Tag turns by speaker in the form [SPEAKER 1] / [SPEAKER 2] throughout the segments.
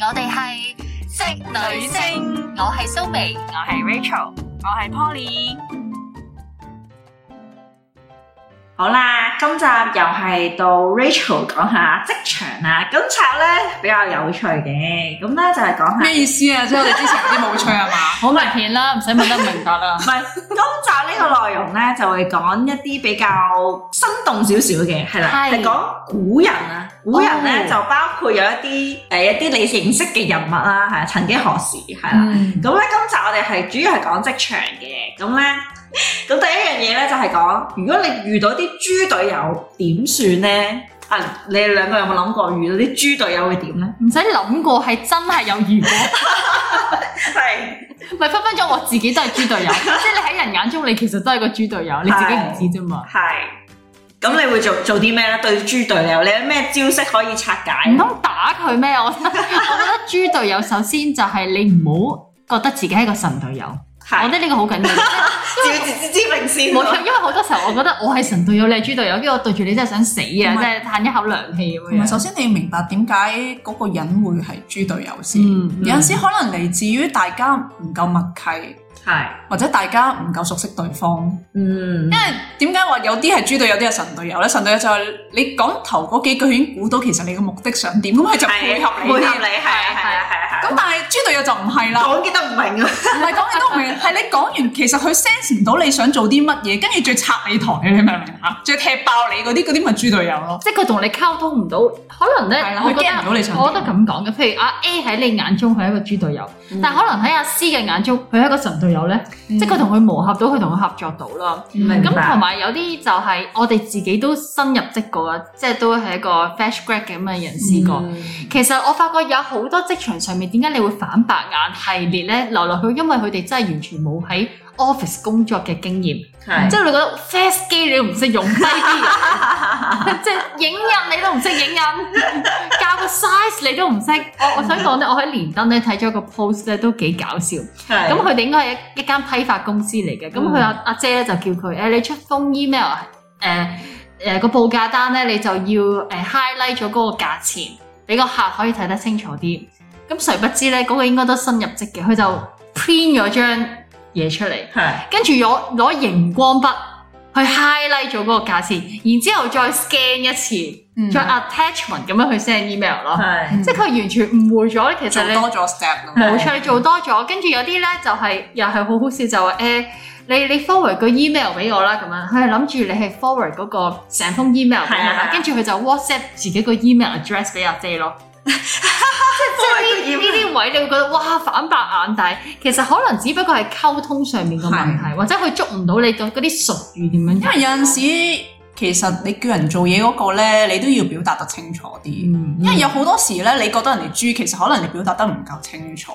[SPEAKER 1] 我哋係職女聲，
[SPEAKER 2] 星，
[SPEAKER 1] 我係蘇眉，
[SPEAKER 2] 我係 Rachel，我係 Poly。好啦，今集又係到 Rachel 講下職場啦。今集咧比較有趣嘅，咁咧就係講下。
[SPEAKER 3] 咩意思啊？即係我哋之前有啲冇趣 係嘛？好明顯啦，唔使問得唔明白啦
[SPEAKER 2] 唔。係，今集呢個內容咧就會講一啲比較生動少少嘅，係啦，
[SPEAKER 3] 係
[SPEAKER 2] 係講古人啊，古人咧、
[SPEAKER 3] 哦
[SPEAKER 2] 就包括有一啲誒、呃一啲你認識嘅人物啦，係啊曾經何時係啦。
[SPEAKER 3] 嗯，
[SPEAKER 2] 咁咧，今集我哋係主要係講職場嘅，咁咧，咁第一樣嘢咧就係講，如果你遇到啲豬隊友點算咧？啊，你哋兩個有冇諗過遇到啲豬隊友會點咧？
[SPEAKER 3] 唔使諗過 係真係有如果，
[SPEAKER 2] 係
[SPEAKER 3] 咪分分鐘我自己都係豬隊友。 即係你喺人眼中，你其實都係個豬隊友，你自己唔知啫嘛。
[SPEAKER 2] 係，咁你會做做啲咩咧？對豬隊友，你有咩招式可以拆解？
[SPEAKER 3] 唔通打佢咩？我我 覺得豬隊友首先就係你唔好覺得自己係一個神隊友，我覺
[SPEAKER 2] 係，
[SPEAKER 3] 得呢個好緊 要。
[SPEAKER 2] 照自知之明先。
[SPEAKER 3] 冇錯，因為好多時候我覺得我係神隊友，你係豬隊友，跟住我對住你真係想死啊！即係嘆一口涼氣咁
[SPEAKER 4] 同埋
[SPEAKER 3] 樣。
[SPEAKER 4] 首先你要明白點解嗰個人會係豬隊友先。
[SPEAKER 3] 嗯嗯
[SPEAKER 4] 有陣時可能嚟自於大家唔夠默契，
[SPEAKER 2] 係，
[SPEAKER 4] 或者大家唔夠熟悉對方。
[SPEAKER 2] 嗯，
[SPEAKER 4] 因為點解話有啲係豬隊友，有啲係神隊友咧？神隊友就係你講頭嗰幾句已經估到其實你嘅目的想點，咁佢就配合
[SPEAKER 2] 配
[SPEAKER 4] 你
[SPEAKER 2] 合
[SPEAKER 4] 啦。
[SPEAKER 2] 你，係啊係啊係啊係啊，
[SPEAKER 4] 咁但係豬隊友就唔係啦，
[SPEAKER 2] 講嘅都唔明啊，
[SPEAKER 4] 唔係講你都唔明， 係你講完其實佢 sense 唔到你想做啲乜嘢，跟住再拆你台，你明唔明啊？再踢爆你嗰啲，嗰啲咪豬隊友咯。
[SPEAKER 3] 即係佢同你溝通唔到，可能咧
[SPEAKER 4] 係啦，
[SPEAKER 3] 我
[SPEAKER 4] 佢
[SPEAKER 3] 覺
[SPEAKER 4] 驚唔
[SPEAKER 3] 得
[SPEAKER 4] 到你想點。
[SPEAKER 3] 我覺得咁講嘅，譬如阿 A 喺你眼中佢係一個豬隊友，但可能喺阿 C 嘅眼中佢係一個神隊友咧，
[SPEAKER 4] 嗯
[SPEAKER 3] 即係佢同佢磨合到，佢同佢合作到啦。
[SPEAKER 2] 明
[SPEAKER 3] 咁
[SPEAKER 2] 白
[SPEAKER 3] 同埋有啲就係我哋自己都新入職過啦，即係都係一個 fresh grad 嘅咁嘅人試過。
[SPEAKER 4] 嗯
[SPEAKER 3] 其實我發覺有好多職場上面點解你會反白眼系列咧，來來去去因為佢哋真係完全冇喺 office 工作嘅經驗。
[SPEAKER 2] 係
[SPEAKER 3] 即係你覺得 fast 機你都唔識用低啲，即係影印你都唔識影印，教個 size 你都唔識。我我想講咧，我喺連登咧睇咗個 post 咧都幾搞笑。咁
[SPEAKER 2] 係
[SPEAKER 3] 佢哋應該係一一間批發公司嚟嘅。咁佢阿阿姐咧就叫佢誒、你出封 email 誒、À, 誒個報價單咧，你就要誒 à, highlight 咗嗰個價錢，俾個客可以睇得清楚啲。咁誰不知咧，嗰、個應該都新入職嘅，佢就 print 咗張嘢出嚟。
[SPEAKER 2] 係。
[SPEAKER 3] 跟住攞攞熒光筆去 highlight 咗嗰個價錢，然之後再 scan 一次，
[SPEAKER 4] 嗯
[SPEAKER 3] 再 attachment 咁樣去 send email 咯。
[SPEAKER 2] 係
[SPEAKER 3] 即係佢完全誤會咗，嗯其
[SPEAKER 4] 做
[SPEAKER 3] 實你
[SPEAKER 4] 多咗 step 咯。
[SPEAKER 3] 冇錯，你做多咗。跟住有啲咧就係、又係好好笑，就話誒、你你 forward 個 email 俾我啦，咁樣佢係諗住你係 forward 嗰個成封 email 俾
[SPEAKER 2] 係啊
[SPEAKER 3] 我
[SPEAKER 2] 係啊
[SPEAKER 3] 啦，跟住佢就 WhatsApp 自己個 email address 俾阿姐 咯。即係呢呢啲位，你會覺得哇反白眼，但係其實可能只不過係溝通上面嘅問題，或者佢捉唔到你嗰啲術語點樣
[SPEAKER 4] 因為有陣時其實你叫人做嘢嗰個咧，你都要表達得清楚
[SPEAKER 2] 嗯
[SPEAKER 4] 啲。
[SPEAKER 3] 嗯
[SPEAKER 4] 因為有好多時咧，你覺得人哋豬，其實可能你表達得唔夠清楚。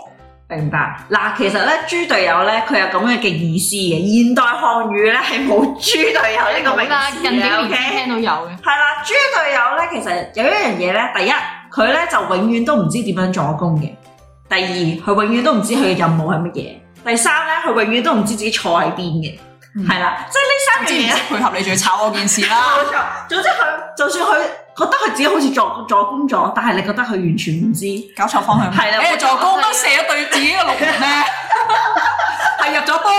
[SPEAKER 2] 明白嗱，其實咧豬隊友咧，佢有咁樣嘅意思嘅。現代漢語咧係冇豬隊友呢個名啊
[SPEAKER 3] 好嗯啦，
[SPEAKER 2] 詞
[SPEAKER 3] 近幾
[SPEAKER 2] 嘅。O
[SPEAKER 3] 年
[SPEAKER 2] K，
[SPEAKER 3] 先聽到有嘅，
[SPEAKER 2] 係啦，豬隊友咧其實有一樣嘢咧，第一佢咧就永遠都唔知點樣助攻嘅；第二佢永遠都唔知佢嘅任務係乜嘢；第三咧佢永遠都唔知自己坐喺邊嘅。
[SPEAKER 4] 嗯
[SPEAKER 2] 係啦、
[SPEAKER 4] 我
[SPEAKER 2] 即
[SPEAKER 4] 知
[SPEAKER 2] 係
[SPEAKER 4] 唔
[SPEAKER 2] 呢三樣嘢
[SPEAKER 4] 識
[SPEAKER 2] 呢。
[SPEAKER 4] 配合你，仲要炒我件事啦。
[SPEAKER 2] 冇錯，總之佢就算佢覺得佢自己好似助助攻咗，但係你覺得佢完全唔知，
[SPEAKER 4] 搞錯方向，哎
[SPEAKER 2] 係啦
[SPEAKER 4] 你係助攻都射咗對自己嘅龍 門咧，係入咗波，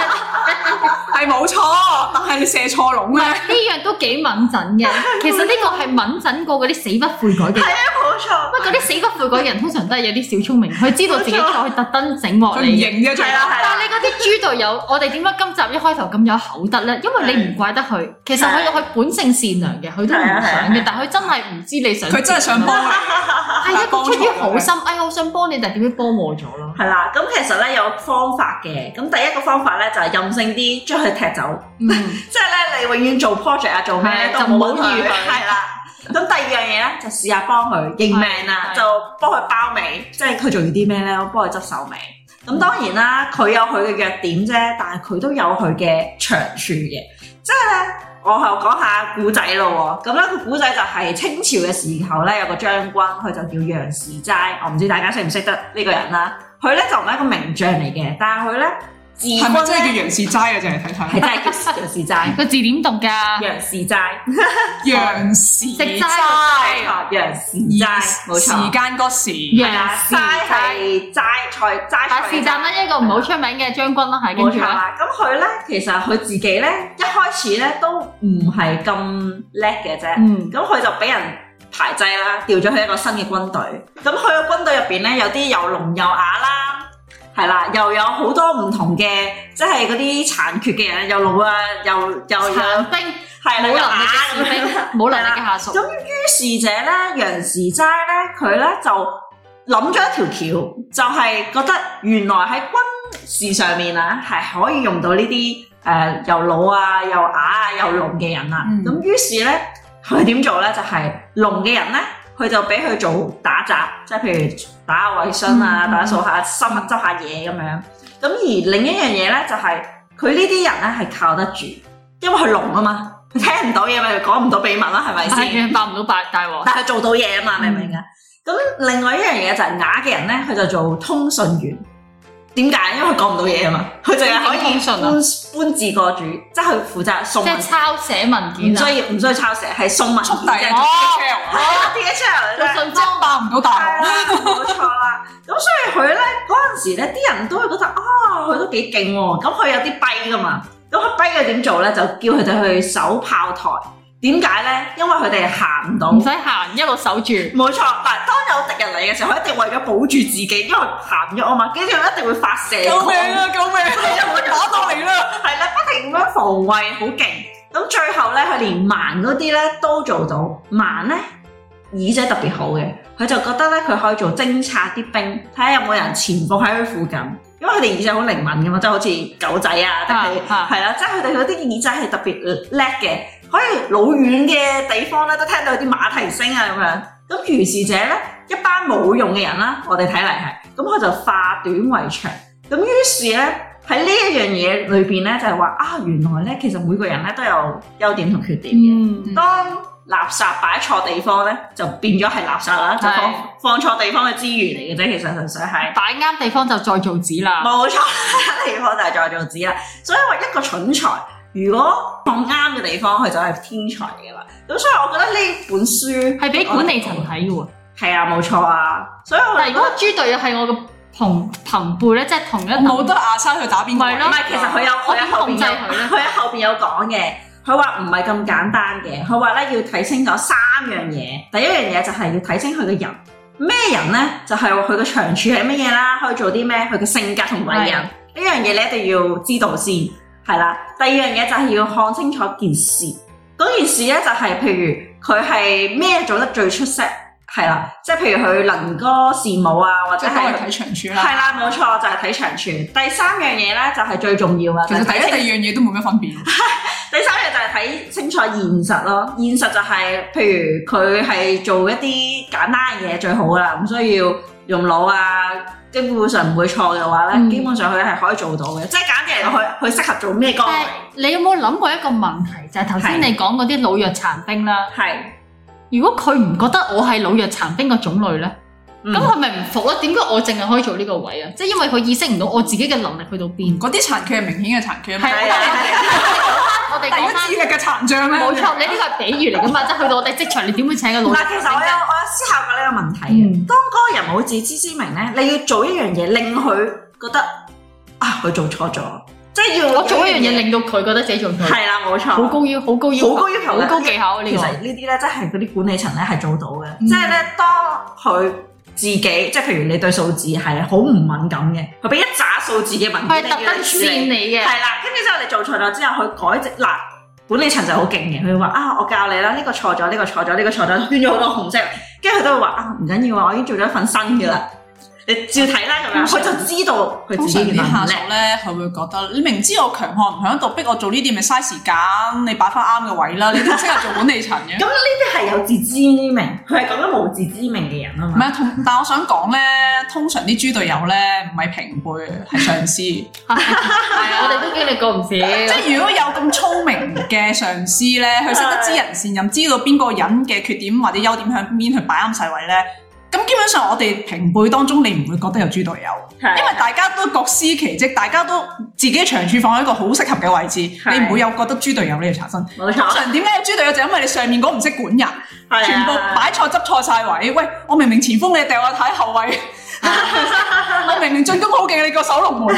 [SPEAKER 4] 係冇錯，但係你射錯龍咧，
[SPEAKER 3] 呢樣都幾敏陣 嘅。其實呢個係敏陣過嗰啲死不悔改嘅人。
[SPEAKER 2] 啊冇錯。
[SPEAKER 3] 不過嗰啲死不悔改嘅人通常都係有啲小聰明，佢知道自己
[SPEAKER 2] 冇錯
[SPEAKER 3] 錯，佢特登整鑊
[SPEAKER 4] 佢唔
[SPEAKER 3] 你嘅。
[SPEAKER 4] 認啫，最
[SPEAKER 2] 哦係啦，係啦
[SPEAKER 3] 但。係你嗰啲豬隊友，我哋點解今集一開頭咁有口德咧？因為你唔怪得佢，其實佢
[SPEAKER 2] 係
[SPEAKER 3] 佢本性善良嘅，佢都唔想
[SPEAKER 2] 係啊係啊
[SPEAKER 3] 嘅，但係佢真係唔知你想。
[SPEAKER 4] 佢真係想幫，你。
[SPEAKER 3] 係啊，佢出於好心，哎呀，我想幫你，但係點知幫我咗咯？
[SPEAKER 2] 係啦，咁其實咧有方法嘅，咁第一個方法咧就係任性啲，將佢踢走，
[SPEAKER 3] 嗯，
[SPEAKER 2] 即係咧你永遠做 project 啊做咩
[SPEAKER 3] 係
[SPEAKER 2] 呢都
[SPEAKER 3] 就唔好
[SPEAKER 2] 冇
[SPEAKER 3] 預佢
[SPEAKER 2] 係啦。咁第二樣嘢咧就試下幫佢認命
[SPEAKER 3] 係
[SPEAKER 2] 啦，
[SPEAKER 3] 係
[SPEAKER 2] 就幫佢包尾，即係佢做啲咩咧，我幫佢執手尾。咁當然啦，佢有佢嘅弱點啫，但係佢都有佢嘅長處嘅，即係咧。我又講下古仔咯喎，咁咧個古仔就係清朝嘅時候咧，有個將軍，佢就叫楊士齋，我唔知大家識唔識得呢個人啦。佢咧就唔係一個名將嚟嘅，但係佢咧字
[SPEAKER 4] 係咪真係叫
[SPEAKER 2] 君咧
[SPEAKER 4] 楊氏齋啊？淨係睇
[SPEAKER 2] 係真
[SPEAKER 4] 睇
[SPEAKER 2] 係叫楊氏齋，
[SPEAKER 3] 個字點讀㗎？
[SPEAKER 2] 楊氏齋，
[SPEAKER 4] 楊氏
[SPEAKER 3] 食齋
[SPEAKER 2] 啊楊氏齋，冇
[SPEAKER 4] 時
[SPEAKER 2] 錯。
[SPEAKER 4] 間個時，
[SPEAKER 3] 楊
[SPEAKER 2] 係啊，
[SPEAKER 3] 氏
[SPEAKER 2] 齋係齋菜齋菜
[SPEAKER 3] 但
[SPEAKER 2] 嘅
[SPEAKER 3] 啊是但啦，一個唔好出名嘅將軍啦，係跟
[SPEAKER 2] 冇
[SPEAKER 3] 住
[SPEAKER 2] 錯
[SPEAKER 3] 咧，
[SPEAKER 2] 啦，咁佢咧其實佢自己咧一開始咧都唔係咁叻嘅啫，
[SPEAKER 3] 嗯
[SPEAKER 2] 咁佢就俾人排擠啦，調咗去一個新嘅軍隊。咁佢嘅軍隊入邊咧有啲又聾又啞啦，係啦，又有好多唔同嘅，即係嗰啲殘缺嘅人，又聾啊，又又又
[SPEAKER 3] 殘兵
[SPEAKER 2] 係啦，
[SPEAKER 3] 冇能
[SPEAKER 2] 又
[SPEAKER 3] 力
[SPEAKER 2] 啞
[SPEAKER 3] 嘅士
[SPEAKER 2] 咁樣。
[SPEAKER 3] 兵，冇能力嘅下屬
[SPEAKER 2] 咁。於是者咧，楊時齋咧，佢咧就諗咗一條橋，就係、覺得原來喺軍事上面啊，係可以用到呢啲誒又老啊、又啞啊、又聾嘅人啊。
[SPEAKER 4] 嗯
[SPEAKER 2] 咁、於是咧，佢點做咧？就係、聾嘅人咧，佢就俾佢做打雜，即係譬如打下衞生啊、
[SPEAKER 3] 嗯
[SPEAKER 2] 打掃下、收執下嘢咁樣。咁而另一樣嘢咧，就係佢呢啲人咧係靠得住，因為佢聾啊嘛，佢聽唔到嘢咪講唔到秘密啦，係咪先？
[SPEAKER 3] 係嘅，啊爆唔到大大王。
[SPEAKER 2] 但係佢做到嘢啊
[SPEAKER 3] 嗯
[SPEAKER 2] 嘛，明唔明啊？咁另外一樣嘢就係啞嘅人咧，佢就做通訊員。點解？因為佢講唔到嘢啊嘛，佢淨係可以
[SPEAKER 3] 點嗯通訊啊
[SPEAKER 2] 搬搬字過主，即係佢負責送
[SPEAKER 3] 即
[SPEAKER 2] 文
[SPEAKER 3] 係抄寫文
[SPEAKER 2] 件，唔
[SPEAKER 3] 件啊！
[SPEAKER 2] 需要唔需要抄寫，係送文
[SPEAKER 4] 速
[SPEAKER 2] 件
[SPEAKER 4] 遞
[SPEAKER 2] 啫。
[SPEAKER 4] 啊
[SPEAKER 3] 哦
[SPEAKER 2] 係啊，自己出嚟
[SPEAKER 3] 個
[SPEAKER 2] 啫。
[SPEAKER 3] 信封
[SPEAKER 4] 爆唔到
[SPEAKER 2] 係
[SPEAKER 4] 大
[SPEAKER 2] 啦，冇錯啦。咁所以佢咧嗰陣時咧，啲人都會覺得啊，佢都幾勁喎。咁佢有啲跛噶嘛，咁佢跛佢點做咧？就叫佢哋去守炮台。點解咧？因為佢哋行唔到
[SPEAKER 3] 唔。使行，一路守住。
[SPEAKER 2] 冇錯，但係當有敵人嚟嘅時候，佢一定為咗保住自己，因為行咗啊嘛，跟住佢一定會發射
[SPEAKER 4] 鑊，救
[SPEAKER 2] 光，
[SPEAKER 4] 命啊！救命啊！打到嚟啦！
[SPEAKER 2] 係啦，不停咁樣防衞，好勁。咁最後咧，佢連盲嗰啲咧都做到，盲咧耳仔特別好嘅，佢就覺得咧佢可以做偵察啲兵，睇下有冇人潛伏喺佢附近，因為佢哋耳仔好靈敏噶嘛，即係好似狗仔啊，定係
[SPEAKER 3] 啊啊
[SPEAKER 2] 係啦，即係佢哋嗰啲耳仔係特別叻嘅，可以老遠嘅地方咧都聽到有啲馬蹄聲啊咁樣。咁如是者咧，一班冇用嘅人啦，我哋睇嚟係，咁佢就化短為長。咁於是咧喺呢一樣嘢裏邊咧，就係話啊，原來咧其實每個人咧都有優點同缺點嘅。
[SPEAKER 3] 嗯，
[SPEAKER 2] 當垃圾擺錯地方咧，就變咗係垃圾啦，就放
[SPEAKER 3] 係
[SPEAKER 2] 放錯地方嘅資源嚟嘅啫。其實純粹係
[SPEAKER 3] 擺啱地方就再造紙啦。
[SPEAKER 2] 冇錯， 地方就係再造紙啦。所以話一個蠢材，如果放啱嘅地方，佢就係天才嚟噶啦。咁所以我覺得呢本書
[SPEAKER 3] 係俾管理層睇嘅喎，
[SPEAKER 2] 係啊，冇錯啊。所以我
[SPEAKER 3] 但係如果豬隊友係我嘅同朋輩咧，即係同一
[SPEAKER 4] 我
[SPEAKER 3] 等
[SPEAKER 4] 冇得亞生去打邊個
[SPEAKER 3] 咪
[SPEAKER 2] 唔
[SPEAKER 3] 咯
[SPEAKER 2] 係，其實佢有
[SPEAKER 3] 我
[SPEAKER 2] 佢
[SPEAKER 3] 點
[SPEAKER 2] 喺後邊
[SPEAKER 3] 控制
[SPEAKER 2] 有
[SPEAKER 3] 佢咧
[SPEAKER 2] 佢喺後邊有講嘅。佢話唔係咁簡單嘅，佢話咧要睇清楚三樣嘢。第一樣嘢就係要睇清佢嘅人，咩人咧就係佢嘅長處係乜嘢啦，可以做啲咩，佢嘅性格同為人呢樣嘢你一定要知道先，係啦。第二樣嘢就係要看清楚件事，嗰件事咧就係、譬如佢係咩做得最出色，係啦，即係譬如佢能歌善舞啊，或
[SPEAKER 4] 即
[SPEAKER 2] 者
[SPEAKER 4] 係都
[SPEAKER 2] 係
[SPEAKER 4] 係睇長處啦。
[SPEAKER 2] 係啦，冇錯，就係、睇長處。第三樣嘢咧就係、最重要啦，
[SPEAKER 4] 其實
[SPEAKER 2] 就
[SPEAKER 4] 第
[SPEAKER 2] 係
[SPEAKER 4] 一、
[SPEAKER 2] 睇清
[SPEAKER 4] 第二樣嘢都冇咩分別。
[SPEAKER 2] 第三樣就係睇清楚現實咯。現實就係、譬如佢係做一啲簡單嘅嘢最好啦，唔需要用腦啊，基本上唔會錯嘅話咧，
[SPEAKER 3] 嗯
[SPEAKER 2] 基本上佢係可以做到嘅。即係簡單嚟講，佢佢適合做咩崗
[SPEAKER 3] 但係
[SPEAKER 2] 位？
[SPEAKER 3] 你有冇諗過一個問題，就係頭先
[SPEAKER 2] 係
[SPEAKER 3] 你講嗰啲老弱殘兵啦。
[SPEAKER 2] 係
[SPEAKER 3] 如果佢唔覺得我係老弱殘兵嘅種類咧，
[SPEAKER 2] 咁
[SPEAKER 3] 咁佢咪唔服咯？點解我淨係可以做呢個位啊？即係因為佢意識唔到我自己嘅能力去到邊。
[SPEAKER 4] 嗰啲殘缺係明顯嘅殘缺啊嘛，
[SPEAKER 3] 係
[SPEAKER 2] 係啊
[SPEAKER 3] 我哋
[SPEAKER 4] 第
[SPEAKER 3] 講翻
[SPEAKER 4] 一智力嘅殘障咧。
[SPEAKER 3] 冇 錯，你呢個係比喻嚟噶嘛？即係去到我哋職場，你點會請個老弱
[SPEAKER 2] 嗱，其實我
[SPEAKER 3] 殘
[SPEAKER 2] 有
[SPEAKER 3] 兵啫？
[SPEAKER 2] 我有思考過呢個問題嘅。
[SPEAKER 3] 嗯
[SPEAKER 2] 當嗰個人冇自知之明咧，你要做一樣嘢令佢覺得啊，佢做錯咗，即係要
[SPEAKER 3] 我做一樣嘢令到佢覺得自己做錯，
[SPEAKER 2] 係啦，冇錯，
[SPEAKER 3] 好高要，好高要，
[SPEAKER 2] 好高要求
[SPEAKER 3] 好
[SPEAKER 2] 嘅
[SPEAKER 3] 高技巧啊呢
[SPEAKER 2] 其實
[SPEAKER 3] 個。
[SPEAKER 2] 呢啲咧，真係嗰啲管理層咧係做到嘅，
[SPEAKER 3] 嗯
[SPEAKER 2] 即係咧當佢自己，即係譬如你對數字係好唔敏感嘅，佢俾一紮數字嘅文
[SPEAKER 3] 佢係
[SPEAKER 2] 件
[SPEAKER 3] 特登
[SPEAKER 2] 處
[SPEAKER 3] 線
[SPEAKER 2] 理，
[SPEAKER 3] 你嘅，
[SPEAKER 2] 係啦，跟住之後你做錯咗之後，佢改正嗱。管理層就好勁嘅，佢話啊，我教你啦，呢、個錯咗，呢、個錯咗，呢、個錯咗，圈咗好多紅色，跟住佢都會話啊，唔緊要啊，我已經做咗一份新嘅啦，你照睇啦咁樣，佢就知道佢
[SPEAKER 4] 通
[SPEAKER 2] 自
[SPEAKER 4] 常
[SPEAKER 2] 己
[SPEAKER 4] 啲
[SPEAKER 2] 原來唔
[SPEAKER 4] 下
[SPEAKER 2] 叻，
[SPEAKER 4] 屬咧，佢會覺得你明知我強項唔響度，逼我做呢啲咪嘥時間，你擺翻啱嘅位啦，你都適合做管理層嘅。
[SPEAKER 2] 咁呢啲係有自知之明，佢係講緊冇自知明嘅人啊
[SPEAKER 4] 唔
[SPEAKER 2] 嘛，
[SPEAKER 4] 係，同但我想講咧，通常啲豬隊友咧唔係平輩，係上司。即
[SPEAKER 3] 係啊，我哋都經歷過 唔少。
[SPEAKER 4] 係如果有咁聰明嘅上司咧，佢識得知人善任，知道邊個人嘅缺點或者優點響邊，去擺啱晒位咧，咁咁基本上我哋平輩當中，你唔會覺得有豬隊友，因為大家都各司其職，大家都自己嘅長處放喺一個好適合嘅位置，
[SPEAKER 2] 係
[SPEAKER 4] 你唔會有覺得豬隊友呢個查身。
[SPEAKER 2] 冇
[SPEAKER 4] 通
[SPEAKER 2] 錯，
[SPEAKER 4] 常點解有豬隊友就因為你上面嗰唔識管人，
[SPEAKER 2] 係啊
[SPEAKER 4] 全部擺錯執錯晒位。喂，我明明前鋒你掉我睇後 衞， 我明明進攻好勁你個守龍門。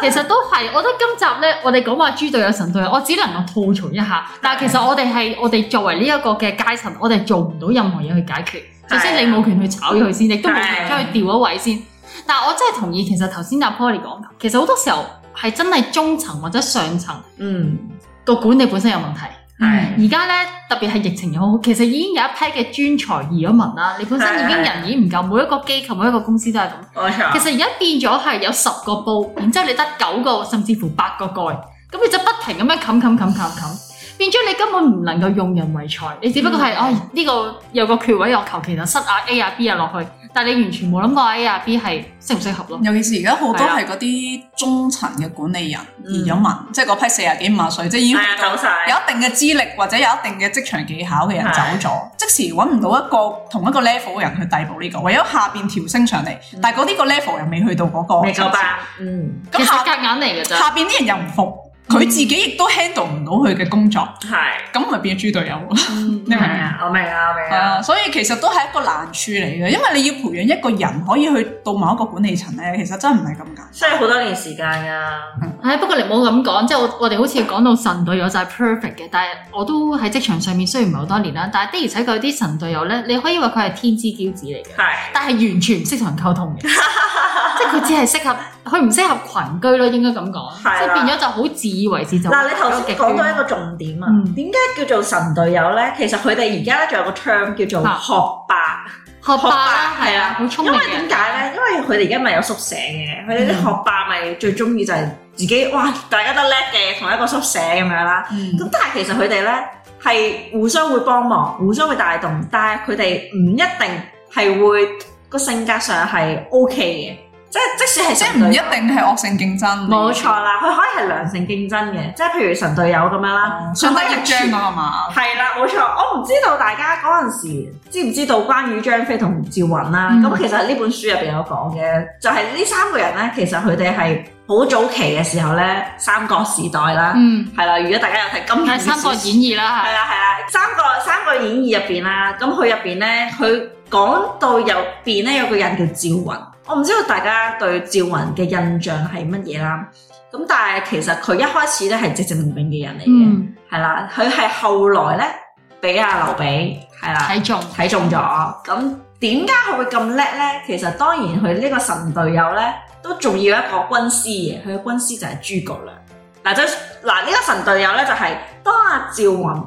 [SPEAKER 3] 其實都係，我覺得今集咧，我哋講話豬隊友神隊友，我只能夠吐槽一下。但係其實我哋係我哋作為呢一個嘅階層，我哋做唔到任何嘢去解決。
[SPEAKER 2] 係
[SPEAKER 3] 首
[SPEAKER 2] 啊
[SPEAKER 3] 先你冇權去炒咗佢先，亦都冇權將佢調咗位先。但係我真係同意，其實頭先阿 Poly 講，其實好多時候係真係中層或者上層
[SPEAKER 2] 嗯，
[SPEAKER 3] 個管理本身有問題。
[SPEAKER 2] 係
[SPEAKER 3] 而家咧，特別係疫情又好，其實已經有一批嘅專才移咗民啦。你本身已經
[SPEAKER 2] 係
[SPEAKER 3] 人已經唔夠，每一個機構、每一個公司都係咁。
[SPEAKER 4] 啊
[SPEAKER 2] 冇錯，
[SPEAKER 3] 其實而家變咗係有十個煲，然之後你得九個甚至乎八個蓋，咁你就不停咁樣冚冚冚冚冚，變咗你根本唔能夠用人為才，你只不過係
[SPEAKER 4] 嗯
[SPEAKER 3] 哦呢個有個缺位，我求其就塞啊 A 啊 B 啊落去，但係你完全冇諗過 A 啊 B 係適唔適合咯。
[SPEAKER 4] 尤其是而家好多
[SPEAKER 3] 係啊
[SPEAKER 4] 係嗰啲中層嘅管理人
[SPEAKER 2] 嗯
[SPEAKER 4] 移咗民，即係嗰批四廿幾五十歲，即係已經
[SPEAKER 2] 係啊
[SPEAKER 4] 去到
[SPEAKER 2] 走晒
[SPEAKER 4] 有一定嘅資歷或者有一定嘅職場技巧嘅人走
[SPEAKER 2] 係
[SPEAKER 4] 咗，即時揾唔到一個同一個 level 嘅人去遞補呢個，唯有下邊調升上嚟，但係嗰啲個 level 又未去到嗰個
[SPEAKER 2] 嗯未夠
[SPEAKER 4] 層次
[SPEAKER 2] 班，嗯，
[SPEAKER 3] 其
[SPEAKER 4] 咁
[SPEAKER 3] 實
[SPEAKER 4] 下
[SPEAKER 3] 夾硬嚟嘅咋，
[SPEAKER 4] 下邊啲人又唔服，佢自己亦都 handle 唔到佢嘅工作，
[SPEAKER 2] 係，
[SPEAKER 4] 咁咪變咗豬隊友咯。
[SPEAKER 3] 嗯
[SPEAKER 4] 你明唔
[SPEAKER 2] 係
[SPEAKER 4] 明？
[SPEAKER 2] 啊，我明啊，我明
[SPEAKER 4] 係
[SPEAKER 3] 哦
[SPEAKER 2] 啊，
[SPEAKER 4] 啊，所以其實都係一個難處嚟嘅，因為你要培養一個人可以去到某一個管理層咧，其實真係唔係咁簡單。
[SPEAKER 2] 需要好多年時間㗎，
[SPEAKER 3] 唉，不過你冇咁講，即係我我哋好似講到神隊友就係 perfect 嘅，但係我都喺職場上面雖然唔係好多年啦，但係的而且確有啲神隊友咧，你可以話佢係天之驕子嚟嘅。
[SPEAKER 2] 係，
[SPEAKER 3] 但係完全唔識同人溝通 嘅，即係佢只係適合，佢唔適合群居咯，應該咁講，
[SPEAKER 2] 係啦
[SPEAKER 3] 即係變咗就好自以為是就
[SPEAKER 2] 嗱，你頭先講到一個
[SPEAKER 3] 個
[SPEAKER 2] 重點啊
[SPEAKER 3] 嗯，
[SPEAKER 2] 點解叫做神隊友咧？其實佢哋而家咧仲有個 term 叫做
[SPEAKER 3] 啊
[SPEAKER 2] 學霸。
[SPEAKER 3] 學霸啦，
[SPEAKER 2] 學霸
[SPEAKER 3] 係
[SPEAKER 2] 係
[SPEAKER 3] 啊
[SPEAKER 2] 啊，
[SPEAKER 3] 好聰
[SPEAKER 2] 因
[SPEAKER 3] 明
[SPEAKER 2] 為
[SPEAKER 3] 嘅嗯人
[SPEAKER 2] 點解咧？因為佢哋而家咪有宿舍嘅，佢哋啲學霸咪最中意就係自己哇，大家都叻嘅，同一個宿舍咁樣啦。
[SPEAKER 4] 嗯
[SPEAKER 2] 咁但係其實佢哋咧係互相會幫忙，互相會帶動，但係佢哋唔一定係會個性格上係 O K 嘅，即係即使係
[SPEAKER 4] 即係
[SPEAKER 2] 神
[SPEAKER 4] 唔
[SPEAKER 2] 隊
[SPEAKER 4] 一
[SPEAKER 2] 友
[SPEAKER 4] 定係惡性競爭。
[SPEAKER 2] 冇錯啦，佢可以係良性競爭嘅，即係譬如神隊友咁樣啦，
[SPEAKER 4] 相得益彰嗰個啊嘛。
[SPEAKER 2] 係啦，冇錯。我唔知道大家嗰陣時知唔知道關於張飛同趙雲啦。
[SPEAKER 3] 嗯
[SPEAKER 2] 咁、其實呢本書入邊有講嘅，就係、呢三個人咧，其實佢哋係好早期嘅時候咧，三國時代啦，
[SPEAKER 3] 嗯，
[SPEAKER 2] 係啦、如果大家有睇金
[SPEAKER 3] 係《
[SPEAKER 2] 庸
[SPEAKER 3] 三國
[SPEAKER 2] 小
[SPEAKER 3] 演
[SPEAKER 2] 說
[SPEAKER 3] 義》啦，
[SPEAKER 2] 係
[SPEAKER 3] 係
[SPEAKER 2] 啦係啦，三個三個演義入邊啦，咁佢入邊咧，佢講到入邊咧有個人叫趙雲，我唔知道大家對趙雲嘅印象係乜嘢啦。咁但係其實佢一開始咧係寂寂無名嘅人嚟嘅。
[SPEAKER 3] 嗯，
[SPEAKER 2] 係啦，佢係後來咧俾阿劉備係啦
[SPEAKER 3] 睇中，
[SPEAKER 2] 睇中咗，咁點解佢會咁叻咧？其實當然佢呢個神隊友咧都仲要一個軍師嘅，佢嘅軍師就係諸葛亮。嗱就嗱呢個神隊友咧就係、當阿趙雲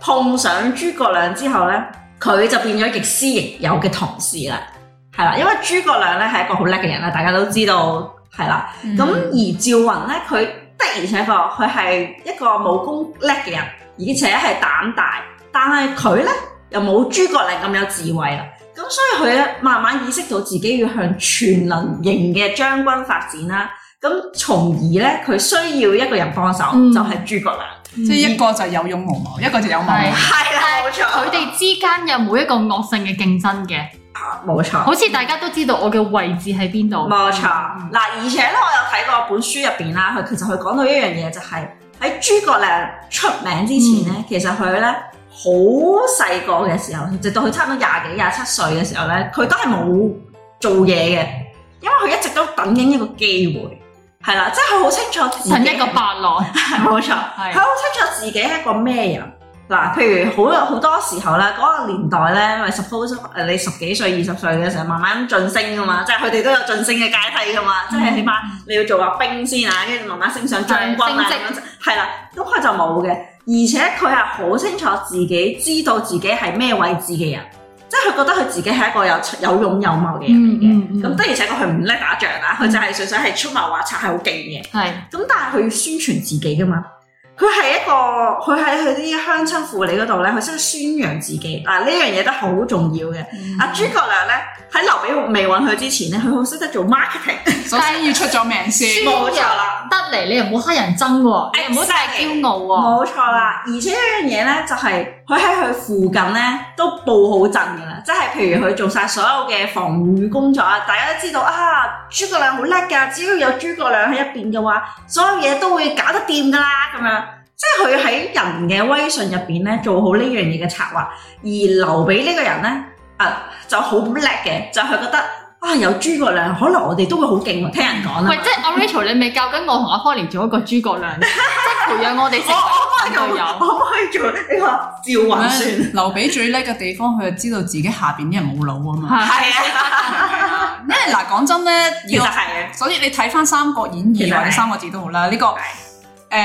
[SPEAKER 2] 碰上諸葛亮之後咧，佢就變咗亦師亦友嘅同事啦，係啦，因為諸葛亮咧係一個好叻嘅人啦，大家都知道係啦。
[SPEAKER 4] 嗯
[SPEAKER 2] 咁、而趙雲咧，佢的而且確佢係一個武功叻嘅人，而且係膽大，但係佢咧又冇諸葛亮咁有智慧啦。咁所以佢咧慢慢意識到自己要向全能型嘅將軍發展啦。咁從而咧，佢需要一個人幫手，
[SPEAKER 3] 嗯
[SPEAKER 2] 就係諸葛亮。
[SPEAKER 4] 即係一個就有勇無謀，一個就有謀無
[SPEAKER 3] 係
[SPEAKER 4] 謀。
[SPEAKER 2] 係
[SPEAKER 3] 但係佢哋之間有冇一個惡性嘅競爭嘅？
[SPEAKER 2] 冇錯。
[SPEAKER 3] 好似大家都知道我嘅位置喺邊度，嗯
[SPEAKER 2] 冇錯，嗱，而且咧，我有睇過本書入邊啦，佢其實佢講到一樣嘢，就係喺諸葛亮出名之
[SPEAKER 3] 嗯
[SPEAKER 2] 前咧，其實佢咧好細個嘅時候，直到佢差唔多廿幾、廿七歲嘅時候咧，佢都係冇做嘢嘅，因為佢一直都等緊一個機會，係啦，即係佢好清楚自己
[SPEAKER 3] 等一個白狼，
[SPEAKER 2] 冇錯，
[SPEAKER 3] 係
[SPEAKER 2] 佢好清楚自己係一個咩人。嗱，譬如好好多時候咧，嗰、個年代咧，因為 suppose 誒你十幾歲、二十歲嘅時候，慢慢咁晉升噶
[SPEAKER 3] 嗯
[SPEAKER 2] 嘛，即係佢哋都有晉升嘅階梯噶嘛，即係起碼你要做下兵先啊，跟住慢慢升上將軍啊，
[SPEAKER 3] 係
[SPEAKER 2] 咁樣係啦，咁佢就冇嘅，而且佢係好清楚自己知道自己係咩位置嘅人，即係佢覺得佢自己係一個有有勇有謀嘅人
[SPEAKER 3] 嗯
[SPEAKER 2] 嚟嘅。
[SPEAKER 3] 嗯
[SPEAKER 2] 咁
[SPEAKER 3] 嗯，
[SPEAKER 2] 的而且確佢唔叻打仗啦，佢就係純粹係出謀劃策係好勁嘅。
[SPEAKER 3] 係
[SPEAKER 2] 咁但係佢要宣傳自己噶嘛，佢係一個佢喺佢啲鄉親父里嗰度咧，佢識得宣揚自己嗱呢樣嘢都好重要嘅。阿諸葛亮咧喺劉備未揾佢之前咧，佢好識得做 marketing，
[SPEAKER 4] 首先要出咗名先
[SPEAKER 3] 輸。
[SPEAKER 2] 冇錯啦，
[SPEAKER 3] 得嚟，你又唔好黑人憎喎，你又唔好太驕傲喎。
[SPEAKER 2] 冇錯啦。而且一樣嘢咧就係佢喺佢附近咧都佈好陣㗎啦，即係譬如佢做晒所有嘅防禦工作啊，大家都知道啊，諸葛亮好叻㗎，只要有諸葛亮喺一邊嘅話，所有嘢都會搞得掂㗎啦，咁樣。即係佢喺人嘅威信入邊咧做好呢樣嘢嘅策劃，而留俾呢個人咧啊就好叻嘅，就係覺得啊有諸葛亮，可能我哋都會好勁喎，聽人講啊啦
[SPEAKER 3] 喂，。即係我 Rachel，你咪教緊我同阿 Polly 做一個諸葛 亮，即係培養我哋成為
[SPEAKER 2] 我
[SPEAKER 3] 隊友。
[SPEAKER 2] 可唔可以做呢個趙雲算？
[SPEAKER 4] 劉備最叻嘅地方，佢就知道自己下邊啲人冇腦啊嘛。
[SPEAKER 3] 係
[SPEAKER 2] 係 啊，
[SPEAKER 4] 因為嗱講真咧，
[SPEAKER 2] 其實
[SPEAKER 4] 要
[SPEAKER 2] 係啊嘅。
[SPEAKER 4] 所以你睇翻《三國演
[SPEAKER 2] 其
[SPEAKER 4] 義
[SPEAKER 2] 實》係
[SPEAKER 4] 或者《三國志》都好啦，呢個誒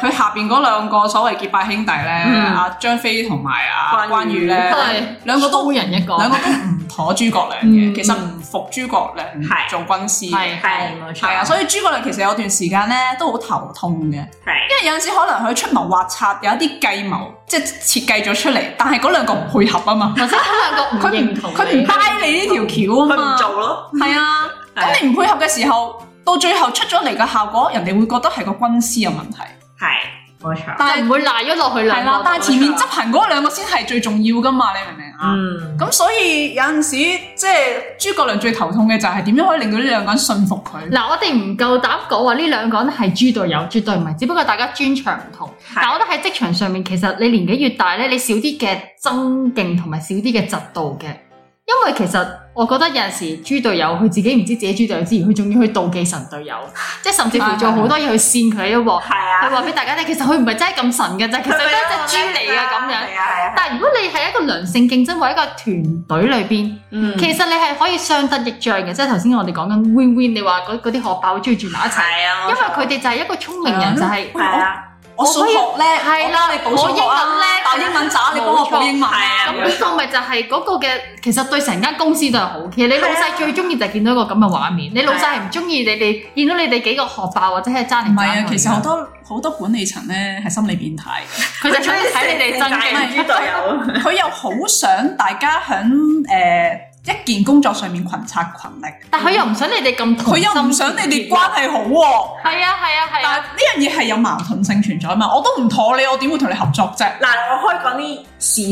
[SPEAKER 4] 佢下邊嗰兩個所謂結拜兄弟咧，
[SPEAKER 2] 嗯
[SPEAKER 4] 阿張飛同埋阿
[SPEAKER 2] 關
[SPEAKER 4] 關
[SPEAKER 2] 羽
[SPEAKER 4] 羽咧
[SPEAKER 3] 都，係
[SPEAKER 4] 兩個都
[SPEAKER 3] 粗人一個，
[SPEAKER 4] 兩個都唔妥諸葛亮
[SPEAKER 3] 嗯
[SPEAKER 4] 嘅，其實唔服諸葛亮
[SPEAKER 2] 係
[SPEAKER 4] 做軍師嘅。
[SPEAKER 3] 係
[SPEAKER 2] 係冇錯，
[SPEAKER 4] 係啊，所以諸葛亮其實有段時間咧都好頭痛嘅，因
[SPEAKER 2] 係
[SPEAKER 4] 為有陣時可能佢出謀劃策，有一啲計謀即係設計咗出嚟，但係嗰兩個唔配合啊嘛，
[SPEAKER 3] 頭先嗰兩個
[SPEAKER 4] 佢
[SPEAKER 3] 唔認
[SPEAKER 4] 唔
[SPEAKER 3] 同
[SPEAKER 4] 佢唔
[SPEAKER 3] 你
[SPEAKER 4] buy 你呢條橋
[SPEAKER 2] 佢
[SPEAKER 4] 啊
[SPEAKER 2] 唔
[SPEAKER 4] 嘛，
[SPEAKER 2] 做咯，
[SPEAKER 4] 係啊，咁你唔配合嘅時候，到最後出咗嚟嘅效果，人哋會覺得係個軍師有問題，
[SPEAKER 2] 係冇錯。
[SPEAKER 4] 但
[SPEAKER 3] 就
[SPEAKER 4] 係
[SPEAKER 3] 唔會賴咗落去
[SPEAKER 4] 係
[SPEAKER 3] 兩個
[SPEAKER 4] 啦
[SPEAKER 3] 度，
[SPEAKER 4] 但係前面執行嗰兩個先係最重要噶嘛，你明唔明啊？
[SPEAKER 2] 嗯，
[SPEAKER 4] 咁所以有陣時即係諸葛亮最頭痛嘅就係點樣可以令到呢兩個人信服佢。
[SPEAKER 3] 嗱，我哋唔夠膽講話呢兩個人係豬隊友，絕對唔係，只不過大家專長唔同。但我覺得喺職場上面，其實你年紀越大咧，你少啲嘅爭競同埋少啲嘅嫉妒嘅，因為其實我覺得有陣時豬隊友佢自己唔知自己豬隊友之餘，佢仲要去妒忌神隊 友，即係甚至乎做好多嘢去煽佢一鑊。
[SPEAKER 2] 係
[SPEAKER 3] 佢
[SPEAKER 2] 啊，
[SPEAKER 3] 話俾大家聽，其實佢唔係真係咁神嘅啫，其實都係隻豬嚟嘅咁樣。
[SPEAKER 2] 係啊係啊，
[SPEAKER 3] 但係如果你係一個良性競爭或者一個團隊裏邊，
[SPEAKER 2] 嗯
[SPEAKER 3] 其實你係可以相得益彰嘅，即係頭先我哋講緊 win win，你話嗰嗰啲學霸好中意住埋一齊，
[SPEAKER 2] 係啊，
[SPEAKER 3] 因為佢哋就係一個聰明人，
[SPEAKER 4] 嗯
[SPEAKER 3] 就係
[SPEAKER 2] 係啊，
[SPEAKER 4] 我數學叻，
[SPEAKER 3] 係啦
[SPEAKER 4] 我幫你補數
[SPEAKER 3] 我
[SPEAKER 4] 學
[SPEAKER 3] 英文
[SPEAKER 4] 啊
[SPEAKER 3] 叻，
[SPEAKER 4] 但英文渣，你幫我補英文
[SPEAKER 2] 係啊
[SPEAKER 3] 咁呢個咪就係嗰個嘅，其實對成間公司都係好。其實你老
[SPEAKER 2] 係啊
[SPEAKER 3] 細最中意就係見到一個咁嘅畫面，你老細係唔中意你哋見到你哋幾個學霸或者係爭
[SPEAKER 4] 唔
[SPEAKER 3] 嚟
[SPEAKER 4] 係啊
[SPEAKER 3] 爭，去
[SPEAKER 4] 其實好
[SPEAKER 3] 嘅
[SPEAKER 4] 多好多管理層咧係心理變態嘅，
[SPEAKER 3] 佢就想睇你哋爭
[SPEAKER 2] 嘅
[SPEAKER 3] 嘅。
[SPEAKER 2] 豬隊友，
[SPEAKER 4] 佢又好想大家喺誒、呃一件工作上面群策群力，
[SPEAKER 3] 但佢又唔想你哋咁同
[SPEAKER 4] 佢
[SPEAKER 3] 心
[SPEAKER 4] 又唔想你哋關係好喎、
[SPEAKER 3] 係啊係啊係
[SPEAKER 4] 但
[SPEAKER 3] 啊，
[SPEAKER 4] 係呢樣嘢係有矛盾性存在啊嘛，我都唔妥你，我點會同你合作
[SPEAKER 3] 啊
[SPEAKER 4] 啫？
[SPEAKER 2] 嗱，我可以講啲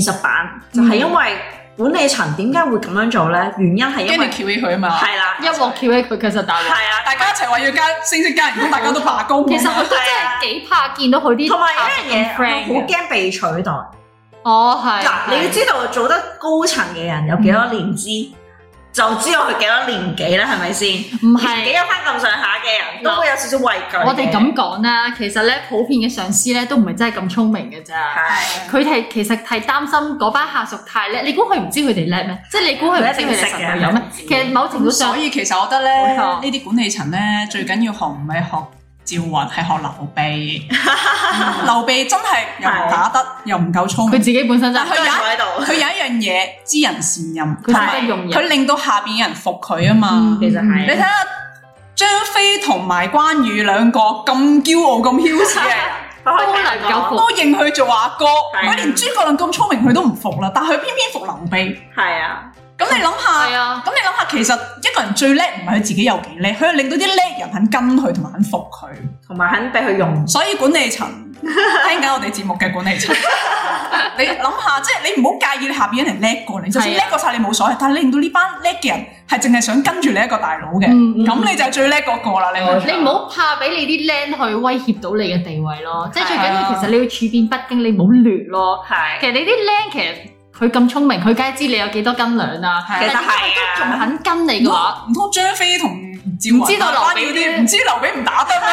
[SPEAKER 2] 事實版，就係因為管理層點解會咁樣做咧？原因係
[SPEAKER 4] 因為
[SPEAKER 2] 因
[SPEAKER 4] 你
[SPEAKER 2] 為
[SPEAKER 4] 翹起佢啊嘛，
[SPEAKER 2] 係啦，
[SPEAKER 3] 一鑊撬起佢，其實大鑊。
[SPEAKER 2] 係啊，
[SPEAKER 4] 大家一齊話要加升職加人工，大家都罷工。
[SPEAKER 3] 其實佢都真係幾怕見到佢啲
[SPEAKER 2] 同埋有一樣嘢，
[SPEAKER 3] friend
[SPEAKER 2] 我好
[SPEAKER 3] 嘅
[SPEAKER 2] 驚被取代。
[SPEAKER 3] 哦係
[SPEAKER 2] 嗱，你要知道做得高層嘅人有幾多年資，就知道佢幾多年紀啦，係咪先？
[SPEAKER 3] 唔
[SPEAKER 2] 年
[SPEAKER 3] 係
[SPEAKER 2] 紀。有翻咁上下嘅人都會有少少畏懼嘅。
[SPEAKER 3] 我哋咁講啦，其實咧普遍嘅上司咧都唔係真係咁聰明嘅咋，
[SPEAKER 2] 係
[SPEAKER 3] 佢係其實係擔心嗰班下屬太叻，你估佢唔知佢哋叻咩？即係你估佢唔知佢哋實在有咩？其實某程度
[SPEAKER 4] 咁所
[SPEAKER 3] 上，
[SPEAKER 4] 以其實我覺得咧，
[SPEAKER 3] 冇錯
[SPEAKER 4] 呢啲管理層咧最緊要學唔係學趙雲，係學劉 備。劉備真係又唔打得，又唔夠聰
[SPEAKER 3] 佢
[SPEAKER 4] 明。
[SPEAKER 3] 自己本身真
[SPEAKER 4] 但
[SPEAKER 3] 係
[SPEAKER 4] 佢有
[SPEAKER 2] 都坐喺
[SPEAKER 4] 一
[SPEAKER 2] 度
[SPEAKER 4] 佢有一樣嘢知人善任，
[SPEAKER 3] 佢識得用
[SPEAKER 4] 佢
[SPEAKER 3] 人，
[SPEAKER 4] 令到下邊嘅人服佢啊嘛
[SPEAKER 3] 嗯。
[SPEAKER 2] 其實
[SPEAKER 4] 你睇
[SPEAKER 2] 係，
[SPEAKER 4] 下張飛同埋關羽兩個咁驕傲、咁囂張嘅人，
[SPEAKER 2] 佢可以
[SPEAKER 3] 都能夠服
[SPEAKER 4] 都認佢做阿哥。
[SPEAKER 2] 係
[SPEAKER 4] 佢連諸葛亮咁聰明，佢都唔服啦，但係佢偏偏服劉備。
[SPEAKER 2] 係啊，
[SPEAKER 4] 咁你諗下
[SPEAKER 3] 係。啊，
[SPEAKER 4] 咁你諗下，其實一個人最叻唔係佢自己有幾叻，佢係令到啲叻人肯跟佢同埋肯服佢。
[SPEAKER 2] 同埋肯俾佢用。
[SPEAKER 4] 所以管 理層聽緊我哋節目嘅管理層， 你諗下，即係你唔好介意你下邊人叻過你，就算
[SPEAKER 3] 係
[SPEAKER 4] 叻
[SPEAKER 3] 啊
[SPEAKER 4] 過晒你冇所謂，但係你令到呢班叻嘅人係淨係想跟住你一個大佬嘅，咁、
[SPEAKER 3] 嗯哦嗯
[SPEAKER 4] 你就係最叻嗰個啦。你明唔明啊
[SPEAKER 3] 你唔好怕俾你啲僆去威脅到你嘅地位咯，即係最緊
[SPEAKER 4] 係啊
[SPEAKER 3] 要其實你要處變不驚，你唔好劣咯。
[SPEAKER 2] 係，
[SPEAKER 3] 其實你啲僆其實佢咁聰明，佢梗係知你有幾多斤兩啦，
[SPEAKER 4] 係
[SPEAKER 2] 其實
[SPEAKER 3] 但
[SPEAKER 2] 係
[SPEAKER 3] 仲
[SPEAKER 2] 啊，
[SPEAKER 3] 肯跟你嘅
[SPEAKER 4] 唔通
[SPEAKER 3] 話，
[SPEAKER 4] 唔通張飛同趙雲
[SPEAKER 3] 唔
[SPEAKER 4] 啊
[SPEAKER 3] 知道劉備
[SPEAKER 4] 關羽
[SPEAKER 3] 啲
[SPEAKER 4] 啲，唔知劉備唔打得 咩？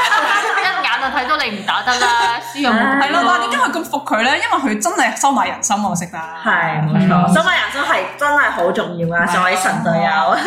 [SPEAKER 3] 一眼就睇到你唔打得 啦，輸又冇
[SPEAKER 2] 係
[SPEAKER 4] 係咯，
[SPEAKER 3] 計
[SPEAKER 4] 但係點解佢咁服佢咧？因為佢真係收買人心，我識啦。
[SPEAKER 2] 係冇
[SPEAKER 4] 係啊
[SPEAKER 2] 錯。收買人生係真係好重要啊！作為神隊友，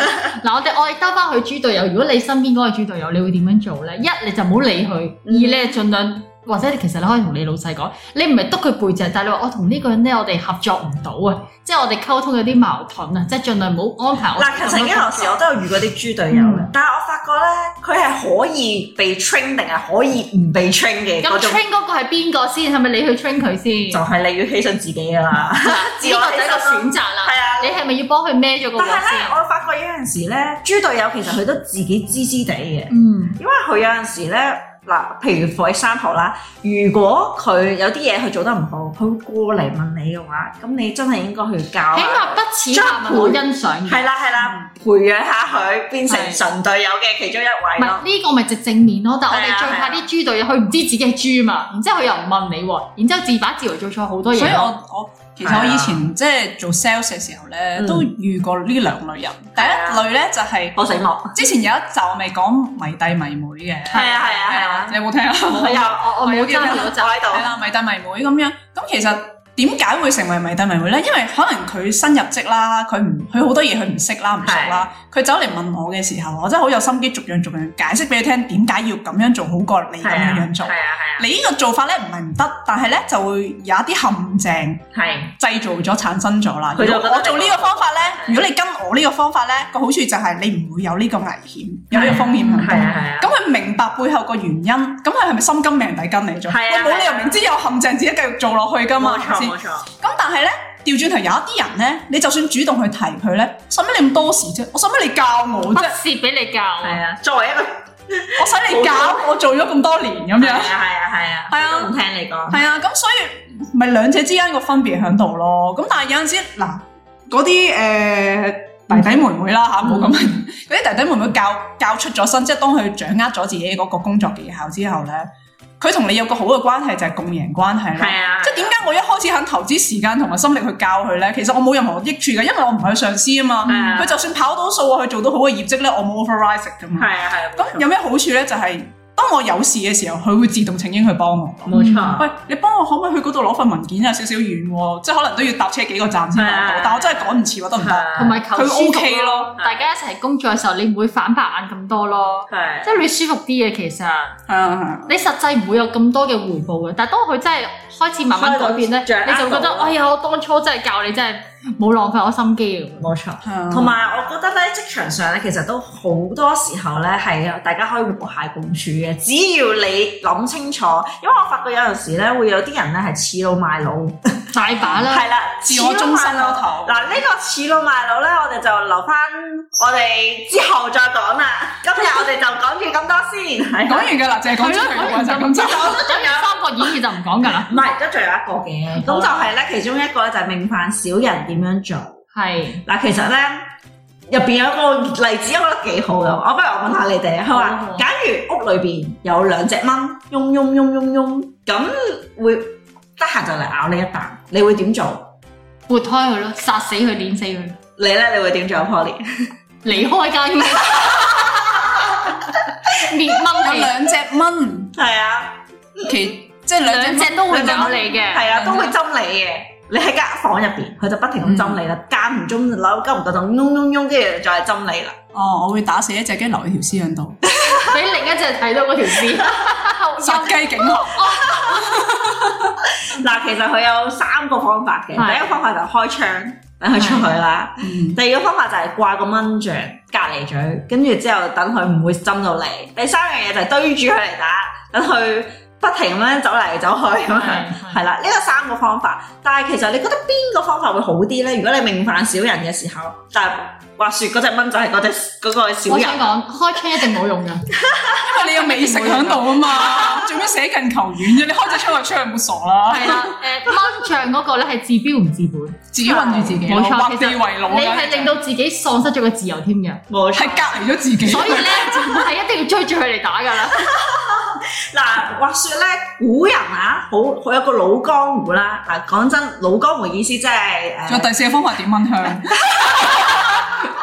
[SPEAKER 3] 嗱，我哋我哋兜翻去豬隊友，如果你身邊嗰個豬隊友，你會點樣做咧？一你就唔好理佢，二
[SPEAKER 2] 嗯
[SPEAKER 3] 你係盡量或者其實你可以同你老細講，你唔係督佢背脊，但係你話我同呢個人咧，我哋合作唔到啊，即係我哋溝通有啲矛盾啊，即係盡量唔好安排我。
[SPEAKER 2] 嗱，其實曾經有時我都有遇過啲豬隊友
[SPEAKER 3] 嗯
[SPEAKER 2] 嘅，但係我發覺咧，佢係可以被 train 定係可以唔被 train 嘅
[SPEAKER 3] 咁
[SPEAKER 2] 嗰種，
[SPEAKER 3] train 嗰個係邊個先？係咪你去 train 佢
[SPEAKER 2] 就
[SPEAKER 3] 先？呢
[SPEAKER 2] 係你要犧牲自己噶啦，
[SPEAKER 3] 個就係一個選擇啦。
[SPEAKER 2] 係啊
[SPEAKER 3] 你。係咪要幫佢孭咗個鑊
[SPEAKER 2] 但係咧，
[SPEAKER 3] 先？
[SPEAKER 2] 我發覺有陣時咧，豬隊友其實佢都自己知知地嘅，
[SPEAKER 3] 嗯，
[SPEAKER 2] 因為佢有陣時咧，嗱，譬如 for example 啦，如果佢有啲嘢佢做得唔好，佢會過嚟問你嘅話，咁你真係應該去教下
[SPEAKER 3] 起
[SPEAKER 2] 佢。
[SPEAKER 3] 碼不恥下問，我欣賞嘅。
[SPEAKER 2] 係啦係啦，培養下佢變成
[SPEAKER 3] 係
[SPEAKER 2] 神隊友嘅其中一
[SPEAKER 3] 唔
[SPEAKER 2] 位
[SPEAKER 3] 係
[SPEAKER 2] 咯。
[SPEAKER 3] 呢個咪直正面咯，但係我
[SPEAKER 2] 係啊
[SPEAKER 3] 哋最怕
[SPEAKER 2] 係
[SPEAKER 3] 啲豬隊友，佢唔知自己係豬嘛，然之後佢又唔問你喎，然之後自把自為做錯好多嘢
[SPEAKER 4] 所以我
[SPEAKER 3] 咯。
[SPEAKER 4] 我其
[SPEAKER 3] 啊
[SPEAKER 4] 實我以前即係做 sales 嘅時候咧，
[SPEAKER 2] 嗯
[SPEAKER 4] 都遇過呢兩類人。第
[SPEAKER 3] 啊
[SPEAKER 4] 一類咧就係、
[SPEAKER 2] 好醒目。
[SPEAKER 4] 之前有一集我咪講迷弟迷妹嘅，
[SPEAKER 2] 係啊係啊係啊
[SPEAKER 4] 你有冇聽啊？
[SPEAKER 2] 我又我我
[SPEAKER 3] 我
[SPEAKER 2] 冇
[SPEAKER 3] 冇
[SPEAKER 2] 見
[SPEAKER 3] 爭
[SPEAKER 2] 到，
[SPEAKER 3] 到
[SPEAKER 2] 我
[SPEAKER 3] 就
[SPEAKER 2] 喺
[SPEAKER 4] 係
[SPEAKER 2] 度。
[SPEAKER 4] 啦，迷弟迷妹咁樣。咁其實點解會成為迷弟迷妹咧？因為可能佢新入職啦，佢唔佢好多嘢佢唔識啦，唔熟啦。佢走嚟問我嘅時候，我真係好有心機，逐樣逐樣解釋俾佢聽，點解要咁樣做好過你咁
[SPEAKER 2] 係啊
[SPEAKER 4] 樣樣
[SPEAKER 2] 係
[SPEAKER 4] 做
[SPEAKER 2] 啊。係啊
[SPEAKER 4] 你呢個做法咧唔係唔得，但係咧就會有一啲陷阱。
[SPEAKER 2] 係。
[SPEAKER 4] 製造咗產生咗啦。
[SPEAKER 2] 佢就
[SPEAKER 4] 如果
[SPEAKER 2] 覺得
[SPEAKER 4] 我做呢個方法咧，如果你跟我呢個方法咧，個好處就係你唔會有呢個危險，有呢個風險喺
[SPEAKER 2] 係啊
[SPEAKER 4] 度。
[SPEAKER 2] 係啊。
[SPEAKER 4] 咁佢明白背後個原因，咁佢係咪心甘命抵跟你做？
[SPEAKER 2] 係啊
[SPEAKER 4] 我冇理由
[SPEAKER 2] 係啊
[SPEAKER 4] 明知有陷阱，自己繼續做落去噶嘛，
[SPEAKER 2] 冇
[SPEAKER 4] 係咪
[SPEAKER 2] 錯
[SPEAKER 4] 先
[SPEAKER 2] 冇錯，
[SPEAKER 4] 咁但係咧，調轉頭有一啲人咧，你就算主動去提佢咧，使乜你咁多事啫？我使乜你教我
[SPEAKER 3] 不
[SPEAKER 4] 啫？
[SPEAKER 3] 屑俾你教啊，
[SPEAKER 2] 係啊，作為一個
[SPEAKER 4] 我使你教
[SPEAKER 2] 好
[SPEAKER 4] 我做咗咁多年咁
[SPEAKER 2] 係
[SPEAKER 4] 樣
[SPEAKER 2] 啊。係啊係啊，
[SPEAKER 4] 係啊
[SPEAKER 2] 都唔聽你講，
[SPEAKER 4] 係啊，咁所以咪兩者之間個分別喺度咯。咁但係有陣時嗱，嗰啲誒弟弟妹妹啦嚇，冇咁
[SPEAKER 2] 嗯
[SPEAKER 4] 嗰啲弟弟妹妹教教出咗身，即係當佢掌握咗自己嗰個工作技巧之後咧，佢同你有個好嘅關係就係共贏關係啦。
[SPEAKER 2] 係啊，
[SPEAKER 4] 即係點解我一開始肯投資時間同埋心力去教佢咧？其實我冇任何益處嘅，因為我唔係佢上司啊嘛。
[SPEAKER 2] 係啊
[SPEAKER 4] 佢就算跑到數啊，佢做到好嘅業績咧，我冇 override 㗎嘛。
[SPEAKER 2] 係啊係啊，
[SPEAKER 4] 咁有咩好處咧？就係、當我有事嘅時候，佢會自動請纓去幫我。
[SPEAKER 2] 冇錯，
[SPEAKER 4] 喂，你幫我可唔可以去嗰度攞份文件啊？少少遠喎，即係可能都要搭車幾個站先攞
[SPEAKER 2] 係
[SPEAKER 4] 到
[SPEAKER 2] 啊，
[SPEAKER 4] 但我真係趕唔切喎，得
[SPEAKER 2] 嗯
[SPEAKER 4] 唔得？
[SPEAKER 3] 同埋求
[SPEAKER 4] 佢
[SPEAKER 3] 舒服
[SPEAKER 4] OK 咯，
[SPEAKER 3] 大家一齊工作嘅時候，你唔會反白眼咁多咯，
[SPEAKER 2] 係
[SPEAKER 3] 即係你舒服啲嘅其實。
[SPEAKER 4] 係啊係啊
[SPEAKER 3] 你實際唔會有咁多嘅回報嘅，但係當佢真係開始慢慢改變咧，
[SPEAKER 2] 開始掌握
[SPEAKER 3] 你就會覺得
[SPEAKER 2] 到
[SPEAKER 3] 哎呀，我當初真係教你真係冇浪費我心機嘅。
[SPEAKER 2] 冇錯。
[SPEAKER 4] 係啊，
[SPEAKER 2] 同埋我覺得咧，職場上咧其實都好多時候咧係呃大家可以和諧共處嘅，只要你諗清楚。因為我發覺有陣時咧會有啲人咧係恃老賣老，
[SPEAKER 3] 大把啦，
[SPEAKER 2] 係啦，
[SPEAKER 4] 自我中心
[SPEAKER 2] 恃老賣老
[SPEAKER 4] 嗰頭，
[SPEAKER 2] 嗱，呢個恃老賣老咧，我哋就留翻我哋之後再講啦。今日我哋就講住咁多先，係
[SPEAKER 4] 講完㗎啦，淨係講出嚟嘅話就
[SPEAKER 3] 講
[SPEAKER 4] 咁
[SPEAKER 3] 完就
[SPEAKER 4] 啫。
[SPEAKER 3] 咁有三國演義就唔講㗎啦，
[SPEAKER 2] 唔係，都仲有一個嘅，咁就係咧，其中一個咧就係命犯小人點樣做。
[SPEAKER 3] 係
[SPEAKER 2] 嗱，其實咧入邊有一個例子，我覺得幾好嘅，我不如我問下你哋，佢
[SPEAKER 3] 好啊
[SPEAKER 2] 話假如屋裏邊有兩隻蚊，嗡嗡嗡嗡嗡，咁會得閒就嚟咬你一啖，你會點做？
[SPEAKER 3] 撥開佢咯，殺死佢，碾死佢，
[SPEAKER 2] 你咧，你會點做？Polly
[SPEAKER 3] 離開間屋， 滅蚊
[SPEAKER 4] 有
[SPEAKER 3] 嚟，
[SPEAKER 4] 兩隻蚊，
[SPEAKER 2] 係 啊，
[SPEAKER 4] 其即係兩隻
[SPEAKER 3] 兩
[SPEAKER 4] 蚊
[SPEAKER 3] 隻都會咬你嘅，
[SPEAKER 2] 係啊，都會針你嘅。你喺間房入邊，佢就不停咁針你啦，間唔中就扭，間唔夠就嗡嗡嗡，跟住再針你啦。
[SPEAKER 4] 哦，我會打死一隻，跟住留一條屍喺度，
[SPEAKER 3] 俾另一隻睇到嗰條線，
[SPEAKER 4] 殺雞儆猴。
[SPEAKER 2] 嗱，其實佢有三個方法嘅，
[SPEAKER 3] 係
[SPEAKER 2] 第一個方法就係開窗，等佢出去啦。
[SPEAKER 4] 嗯
[SPEAKER 2] 第二個方法就係掛個蚊帳隔離嘴，跟住之後等佢唔會針到你。第三樣嘢就係堆住佢嚟打，等佢不停咁樣走嚟走去咁樣。
[SPEAKER 3] 係
[SPEAKER 2] 係啦，呢個三個方法，但係其實你覺得邊個方法會好啲咧？如果你命犯小人嘅時候，但係話説嗰只蚊就係嗰只嗰個小
[SPEAKER 3] 我
[SPEAKER 2] 人
[SPEAKER 3] 想。講開窗一定冇用㗎。
[SPEAKER 4] 因為你有美食喺度啊嘛，做咩捨近求遠啫？你開隻窗去出去冇傻啦，
[SPEAKER 3] 係 啦，誒蚊帳嗰個咧係治標唔治本，
[SPEAKER 4] 自己困住自己咯，
[SPEAKER 3] 冇錯
[SPEAKER 4] 畫
[SPEAKER 3] 其實
[SPEAKER 4] 地為牢
[SPEAKER 3] 你係令到自己喪失咗個自由添 嘅，
[SPEAKER 2] 冇錯，
[SPEAKER 4] 係隔離咗自己。
[SPEAKER 3] 所以咧係一定要追住佢嚟打 㗎啦。
[SPEAKER 2] 嗱，話説咧，古人啊，好好有個老江湖啦。嗱，講真，老江湖意思即係誒
[SPEAKER 4] 仲有第四個方法點蚊香？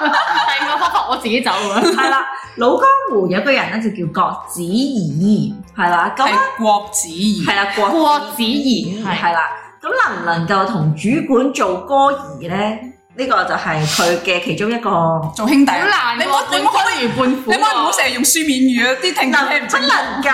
[SPEAKER 3] 第二個方法我自己走啊 㗎，
[SPEAKER 2] 係啦，老江湖有個人咧就叫郭子儀，係啦，咁
[SPEAKER 4] 係郭子儀
[SPEAKER 2] 係啦，郭
[SPEAKER 3] 郭子儀係
[SPEAKER 2] 係啦，咁能唔能夠同主管做歌兒咧？呢個就係佢嘅其中一個，
[SPEAKER 4] 做兄弟
[SPEAKER 3] 好
[SPEAKER 4] 啊，
[SPEAKER 3] 難
[SPEAKER 4] 你唔好
[SPEAKER 3] 喎，半
[SPEAKER 4] 你唔好可以，
[SPEAKER 2] 啊
[SPEAKER 3] 官如半虎
[SPEAKER 4] 你
[SPEAKER 3] 喎。
[SPEAKER 4] 唔好唔好成日用書面語啊！啲聽眾聽唔
[SPEAKER 2] 不
[SPEAKER 4] 清楚。
[SPEAKER 2] 能夠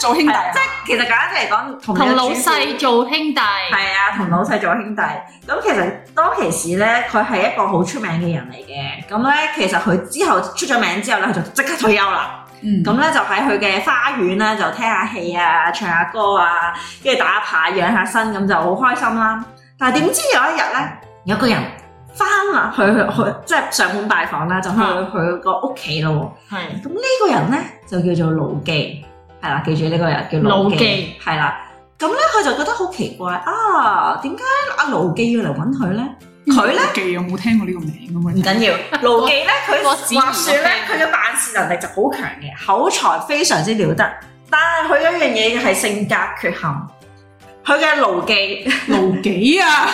[SPEAKER 4] 做兄弟
[SPEAKER 2] 係
[SPEAKER 4] 啊
[SPEAKER 2] 即，係其實簡單啲嚟講，同
[SPEAKER 3] 同
[SPEAKER 2] 你嘅
[SPEAKER 3] 老
[SPEAKER 2] 主管
[SPEAKER 3] 細做兄弟，
[SPEAKER 2] 係啊，同老細做兄弟。咁其實當其時咧，佢係一個好出名嘅人嚟嘅。咁咧，其實佢之後出咗名之後咧，佢就即刻退休啦。
[SPEAKER 4] 嗯
[SPEAKER 2] 咁咧就喺佢嘅花園咧就聽下戲啊，唱下歌啊，跟住打下牌養下身，咁就好開心啦。但係點知有一日咧，有個人翻啦去去去，即係上門拜訪啦，就去
[SPEAKER 3] 嗯
[SPEAKER 2] 佢個屋企咯喎。
[SPEAKER 3] 係
[SPEAKER 2] 咁呢個人咧就叫做盧記，係啦，記住呢個人叫
[SPEAKER 3] 老
[SPEAKER 2] 老
[SPEAKER 3] 記
[SPEAKER 2] 記，係啦。咁咧佢就覺得好奇怪啊，點解阿老記要嚟揾佢咧？佢咧
[SPEAKER 4] 記有冇聽過呢個名啊咁
[SPEAKER 2] 唔
[SPEAKER 4] 樣？
[SPEAKER 2] 緊 要，老記咧佢
[SPEAKER 3] 我指
[SPEAKER 2] 話説咧，佢嘅辦事能力就好強嘅，口才非常之了得，但係佢有一樣嘢係性格缺陷，佢嘅老記
[SPEAKER 4] 盧幾 啊？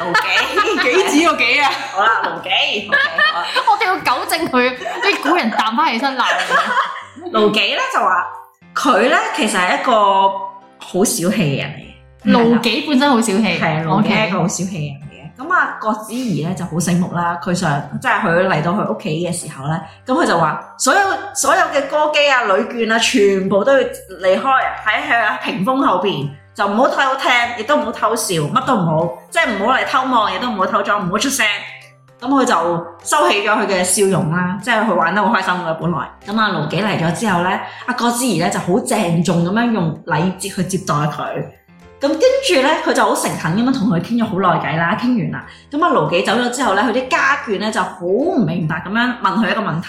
[SPEAKER 2] 老 記
[SPEAKER 4] 幾子個幾啊？
[SPEAKER 2] 好啦，老記 OK 好啦
[SPEAKER 3] 我哋要糾正佢，啲古人彈翻起身鬧我。
[SPEAKER 2] 盧紀咧就話佢咧其實係一個好小氣嘅人嚟嘅，
[SPEAKER 3] 路己本身好小氣，
[SPEAKER 2] 嗯係啊盧紀一個好小氣嘅人嚟嘅。咁啊，郭子儀咧就好醒目啦，佢想即係佢嚟到佢屋企嘅時候咧，咁佢就話所有所有嘅歌姬啊、女眷啊，全部都要離開喺佢屏風後邊。就唔好偷聽，亦都唔好偷笑，乜都唔好，即係唔好嚟偷望，亦都唔好偷裝，唔好出聲。咁佢就收起咗佢嘅笑容啦，即係佢玩得好開心嘅本來。咁阿盧紀嚟咗之後咧，阿郭子儀咧就好鄭重咁樣用禮節去接待佢。咁跟住咧，佢就好誠懇咁樣同佢傾咗好耐偈啦，傾完啦。咁阿盧紀走咗之後咧，佢啲家眷咧就好唔明白咁樣問佢一個問題。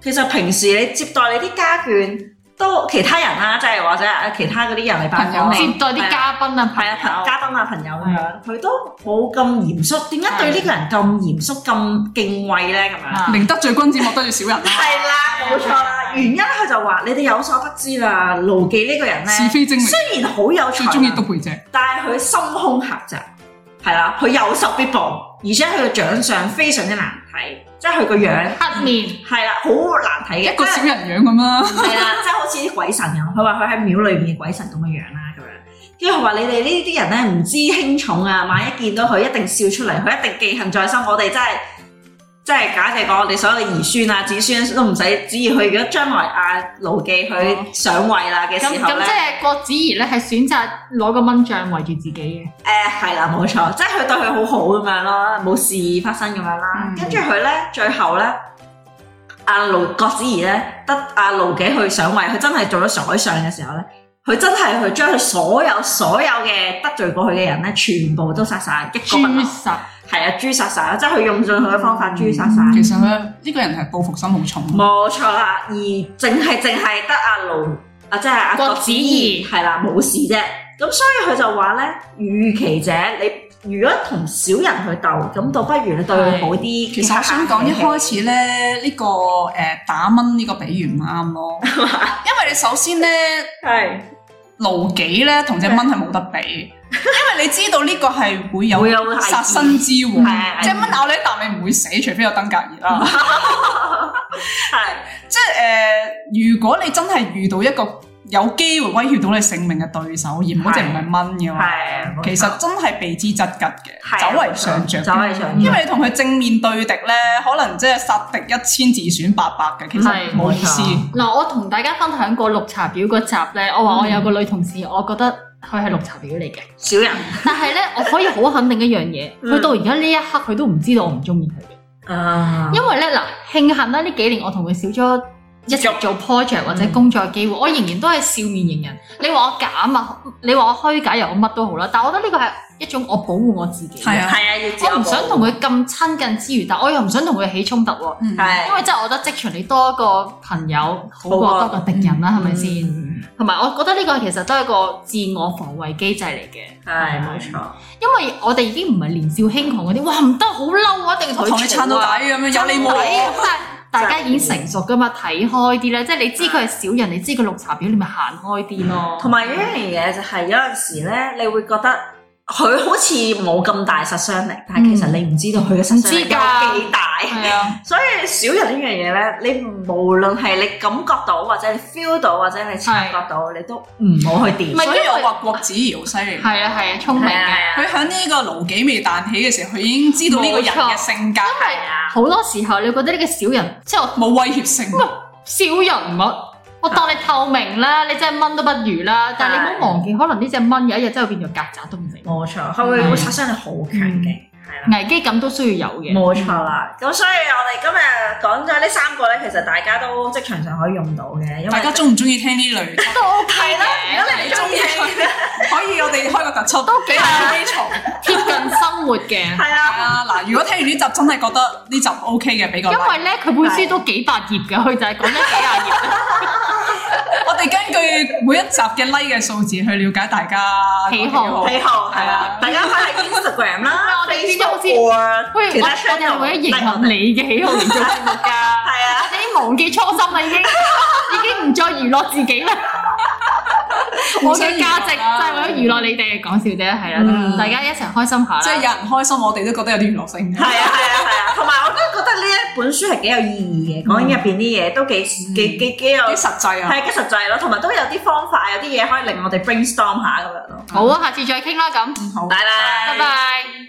[SPEAKER 2] 其實平時你接待你啲家眷，都其他人啦，即係或者其他嗰啲人嚟拜
[SPEAKER 3] 朋友
[SPEAKER 2] 訪你，
[SPEAKER 3] 接待啲嘉賓啊，朋
[SPEAKER 2] 係啊，
[SPEAKER 3] 友
[SPEAKER 2] 朋嘉賓啊，朋友咁樣，佢都冇咁嚴肅，點解對呢個人咁嚴肅、咁敬畏咧？咁樣
[SPEAKER 3] 啊
[SPEAKER 4] 寧得罪君子，莫得罪小人啊啦。
[SPEAKER 2] 係啦，冇錯啦。原因佢就話：你哋有所不知啦，盧記呢個人
[SPEAKER 4] 是
[SPEAKER 2] 咧，
[SPEAKER 4] 非精明，
[SPEAKER 2] 雖然好有才
[SPEAKER 4] 最中意督
[SPEAKER 2] 能，
[SPEAKER 4] 背脊。
[SPEAKER 2] 但係佢心胸狹窄，係啦，佢有仇必報，而且佢嘅長相非常之難睇，即係佢個樣
[SPEAKER 3] 黑面，
[SPEAKER 2] 係啦，好難睇嘅，
[SPEAKER 4] 一個小人樣咁啦，
[SPEAKER 2] 係啦，即係好似啲鬼神咁。佢話佢喺廟裏面嘅鬼神咁嘅樣啦，咁樣。跟住佢話你哋呢啲人咧唔知輕重啊，萬一見到佢一定笑出嚟，佢一定記恨在心。我哋真係真係假借講，我哋所有嘅兒孫啊、子孫都唔使旨意佢。如果將來阿盧記佢上位啦嘅
[SPEAKER 3] 哦咁
[SPEAKER 2] 啊時候
[SPEAKER 3] 咁即
[SPEAKER 2] 咧，
[SPEAKER 3] 係郭子儀咧係選擇攞個蚊帳圍住自己嘅，
[SPEAKER 2] 誒係啦，冇錯，即係佢對佢好好咁樣咯，冇事發生咁樣啦
[SPEAKER 4] 嗯。
[SPEAKER 2] 跟住佢咧，最後咧。阿盧郭子儀咧，得阿盧紀去上位，佢真係做咗宰相嘅時候咧，佢真係去將佢所有所有嘅得罪過佢嘅人咧，全部都殺晒，一個不留
[SPEAKER 3] 豬，實
[SPEAKER 2] 係啊，誅殺晒，即係佢用盡佢嘅方法誅殺晒，
[SPEAKER 4] 嗯其實咧，呢個人係報復心好重。啊
[SPEAKER 2] 冇錯啦。而淨係淨係得阿盧啊，即係阿
[SPEAKER 3] 郭
[SPEAKER 2] 郭
[SPEAKER 3] 子
[SPEAKER 2] 子
[SPEAKER 3] 儀
[SPEAKER 2] 儀係啦，冇事啫。咁所以佢就話咧，遇其者你如果同小人去鬥，咁倒不如你對佢好啲。
[SPEAKER 4] 其實我想講一開始咧，呢、個誒、打蚊呢個比喻唔 啱咯，因為你首先咧，
[SPEAKER 2] 係
[SPEAKER 4] 勞己咧同只蚊係冇得比，因為你知道呢個係會有
[SPEAKER 2] 會有危險
[SPEAKER 4] 殺身之禍
[SPEAKER 2] 係係，啊
[SPEAKER 4] 只蚊咬你一啖你唔會死，除非有登革熱啦。
[SPEAKER 2] 係。
[SPEAKER 4] 即係誒、呃如果你真係遇到一個有機會威脅到你性命嘅對手，而嗰只唔係蚊嘅話，
[SPEAKER 2] 係，
[SPEAKER 4] 其實真係避之則吉嘅，
[SPEAKER 2] 係啊
[SPEAKER 4] 走為上着嘅。
[SPEAKER 2] 走為上
[SPEAKER 4] 因
[SPEAKER 2] 著，
[SPEAKER 4] 為你同佢正面對敵咧，可能即係殺敵一千自損八百嘅，其
[SPEAKER 3] 係
[SPEAKER 4] 實冇意思。
[SPEAKER 2] 冇
[SPEAKER 3] 嗱，我同大家分享過綠茶婊嗰集咧，我
[SPEAKER 2] 嗯
[SPEAKER 3] 話我有個女同事，我覺得佢係綠茶婊嚟嘅，
[SPEAKER 2] 小人，
[SPEAKER 3] 但係咧我可以好肯定一樣嘢，
[SPEAKER 2] 嗯
[SPEAKER 3] 佢到而家呢一刻佢都唔知道我唔中意佢嘅，
[SPEAKER 2] 啊
[SPEAKER 3] 因為咧嗱慶幸啦呢幾年我同佢少咗。一直做 project
[SPEAKER 4] 嗯
[SPEAKER 3] 或者工作機會，我仍然都係笑面迎人。你話我假啊，你話我虛假又好，乜都好啦。但我覺得呢個係一種我保護我自己嘅。
[SPEAKER 4] 係啊
[SPEAKER 2] 係啊，要
[SPEAKER 3] 我唔想同佢咁親近之餘，但我又唔想同佢起衝突喎，
[SPEAKER 4] 嗯
[SPEAKER 2] 係，
[SPEAKER 3] 因為真係我覺得職場你多一個朋友好過
[SPEAKER 4] 啊
[SPEAKER 3] 多個敵人啦，係咪
[SPEAKER 4] 嗯
[SPEAKER 3] 先？
[SPEAKER 2] 嗯
[SPEAKER 3] 同埋我覺得呢個其實都係一個自我防衛機制嚟嘅，
[SPEAKER 2] 係冇錯，
[SPEAKER 3] 因為我哋已經唔係年少輕狂嗰啲，哇唔得好嬲啊，一定要
[SPEAKER 4] 我同你撐到
[SPEAKER 3] 嘈啊
[SPEAKER 4] 底咁樣，有你冇我。
[SPEAKER 3] 但係大家已經成熟噶嘛，睇開啲
[SPEAKER 2] 嗯
[SPEAKER 3] 咧，即係你知佢係小人，你知佢綠茶婊，你咪行開啲咯。
[SPEAKER 2] 同埋有一樣嘢就係有陣時咧，你會覺得佢好似冇咁大殺傷力，但係其實你唔知道佢嘅殺傷力有幾大。
[SPEAKER 3] 係啊，
[SPEAKER 2] 所以小人呢樣嘢咧，你無論係你感覺到，或者你 feel 到，或者你察覺到，你都唔好去
[SPEAKER 3] 唔
[SPEAKER 2] 掂。
[SPEAKER 3] 係
[SPEAKER 4] 所以
[SPEAKER 3] 因為
[SPEAKER 4] 我話郭子儀好犀利。
[SPEAKER 3] 係啊，係啊，聰明
[SPEAKER 2] 係啊
[SPEAKER 3] 嘅。
[SPEAKER 2] 係啊
[SPEAKER 4] 佢喺呢個盧幾未彈起嘅時候，佢已經知道呢個人
[SPEAKER 3] 冇錯
[SPEAKER 4] 嘅性格
[SPEAKER 3] 因為
[SPEAKER 4] 係
[SPEAKER 2] 啊
[SPEAKER 3] 好多時候你覺得呢個小人，即係我
[SPEAKER 4] 冇威脅性。
[SPEAKER 3] 小人物，我當你透明啦，你真係蚊都不如啦。但係你唔好忘記，可能呢只蚊有一日真係會變咗曱甴都唔定，
[SPEAKER 2] 冇錯，佢會會殺傷力好強勁，係啦。
[SPEAKER 3] 危機感都需要有嘅。
[SPEAKER 2] 嗯冇錯啦，咁所以我哋今日講咗呢三個咧，其實大家都職場上可以用到嘅，因為
[SPEAKER 4] 大家中唔中意聽呢類？
[SPEAKER 3] 都 OK
[SPEAKER 2] 係啦，
[SPEAKER 3] 嘅，
[SPEAKER 2] 如果你哋中意聽，
[SPEAKER 4] 可以我哋開個特輯，
[SPEAKER 3] 都幾
[SPEAKER 4] 有基礎。
[SPEAKER 3] 貼近生活 嘅。
[SPEAKER 2] 係
[SPEAKER 4] 係
[SPEAKER 2] 啊，
[SPEAKER 4] 啊，嗱，如果聽完呢集真係覺得呢集 OK 嘅，俾個
[SPEAKER 3] 因
[SPEAKER 4] like。
[SPEAKER 3] 為咧，佢本書都幾百頁嘅，佢就係講咗幾廿頁。
[SPEAKER 4] 我哋驚根據每一集嘅 like 嘅數字去了解大家
[SPEAKER 3] 喜好
[SPEAKER 2] 喜好係
[SPEAKER 4] 係
[SPEAKER 2] 啦
[SPEAKER 4] 啊，
[SPEAKER 2] 大家可以喺 Instagram 啦
[SPEAKER 3] 我哋專登好似
[SPEAKER 2] Facebook 啊
[SPEAKER 3] 喂，
[SPEAKER 2] 其
[SPEAKER 3] 我
[SPEAKER 2] 他
[SPEAKER 3] 我哋
[SPEAKER 2] channel
[SPEAKER 3] 為咗迎
[SPEAKER 2] like 我
[SPEAKER 3] 合
[SPEAKER 2] 哋
[SPEAKER 3] 你嘅喜好嚟做節目㗎，
[SPEAKER 2] 係啊，
[SPEAKER 3] 你忘記初心啦，已經已經唔再娛樂自己啦。我嘅價值就係為咗娛樂你哋，講笑啫，係啦
[SPEAKER 2] 嗯，
[SPEAKER 3] 大家一齊開心下啦。
[SPEAKER 4] 即係有人開心，我哋都覺得有啲娛樂性
[SPEAKER 2] 係啊係啊係啊，同埋我都覺得呢一本書係幾有意義嘅，講緊入邊啲嘢都幾幾幾幾有
[SPEAKER 4] 幾實際啊！
[SPEAKER 2] 係幾實際咯，同埋都有啲方法，有啲嘢可以令我哋 brainstorm 下咁樣咯。
[SPEAKER 3] 好啊，下次再傾啦咁，
[SPEAKER 4] 嗯好
[SPEAKER 2] 拜拜，
[SPEAKER 3] 拜拜。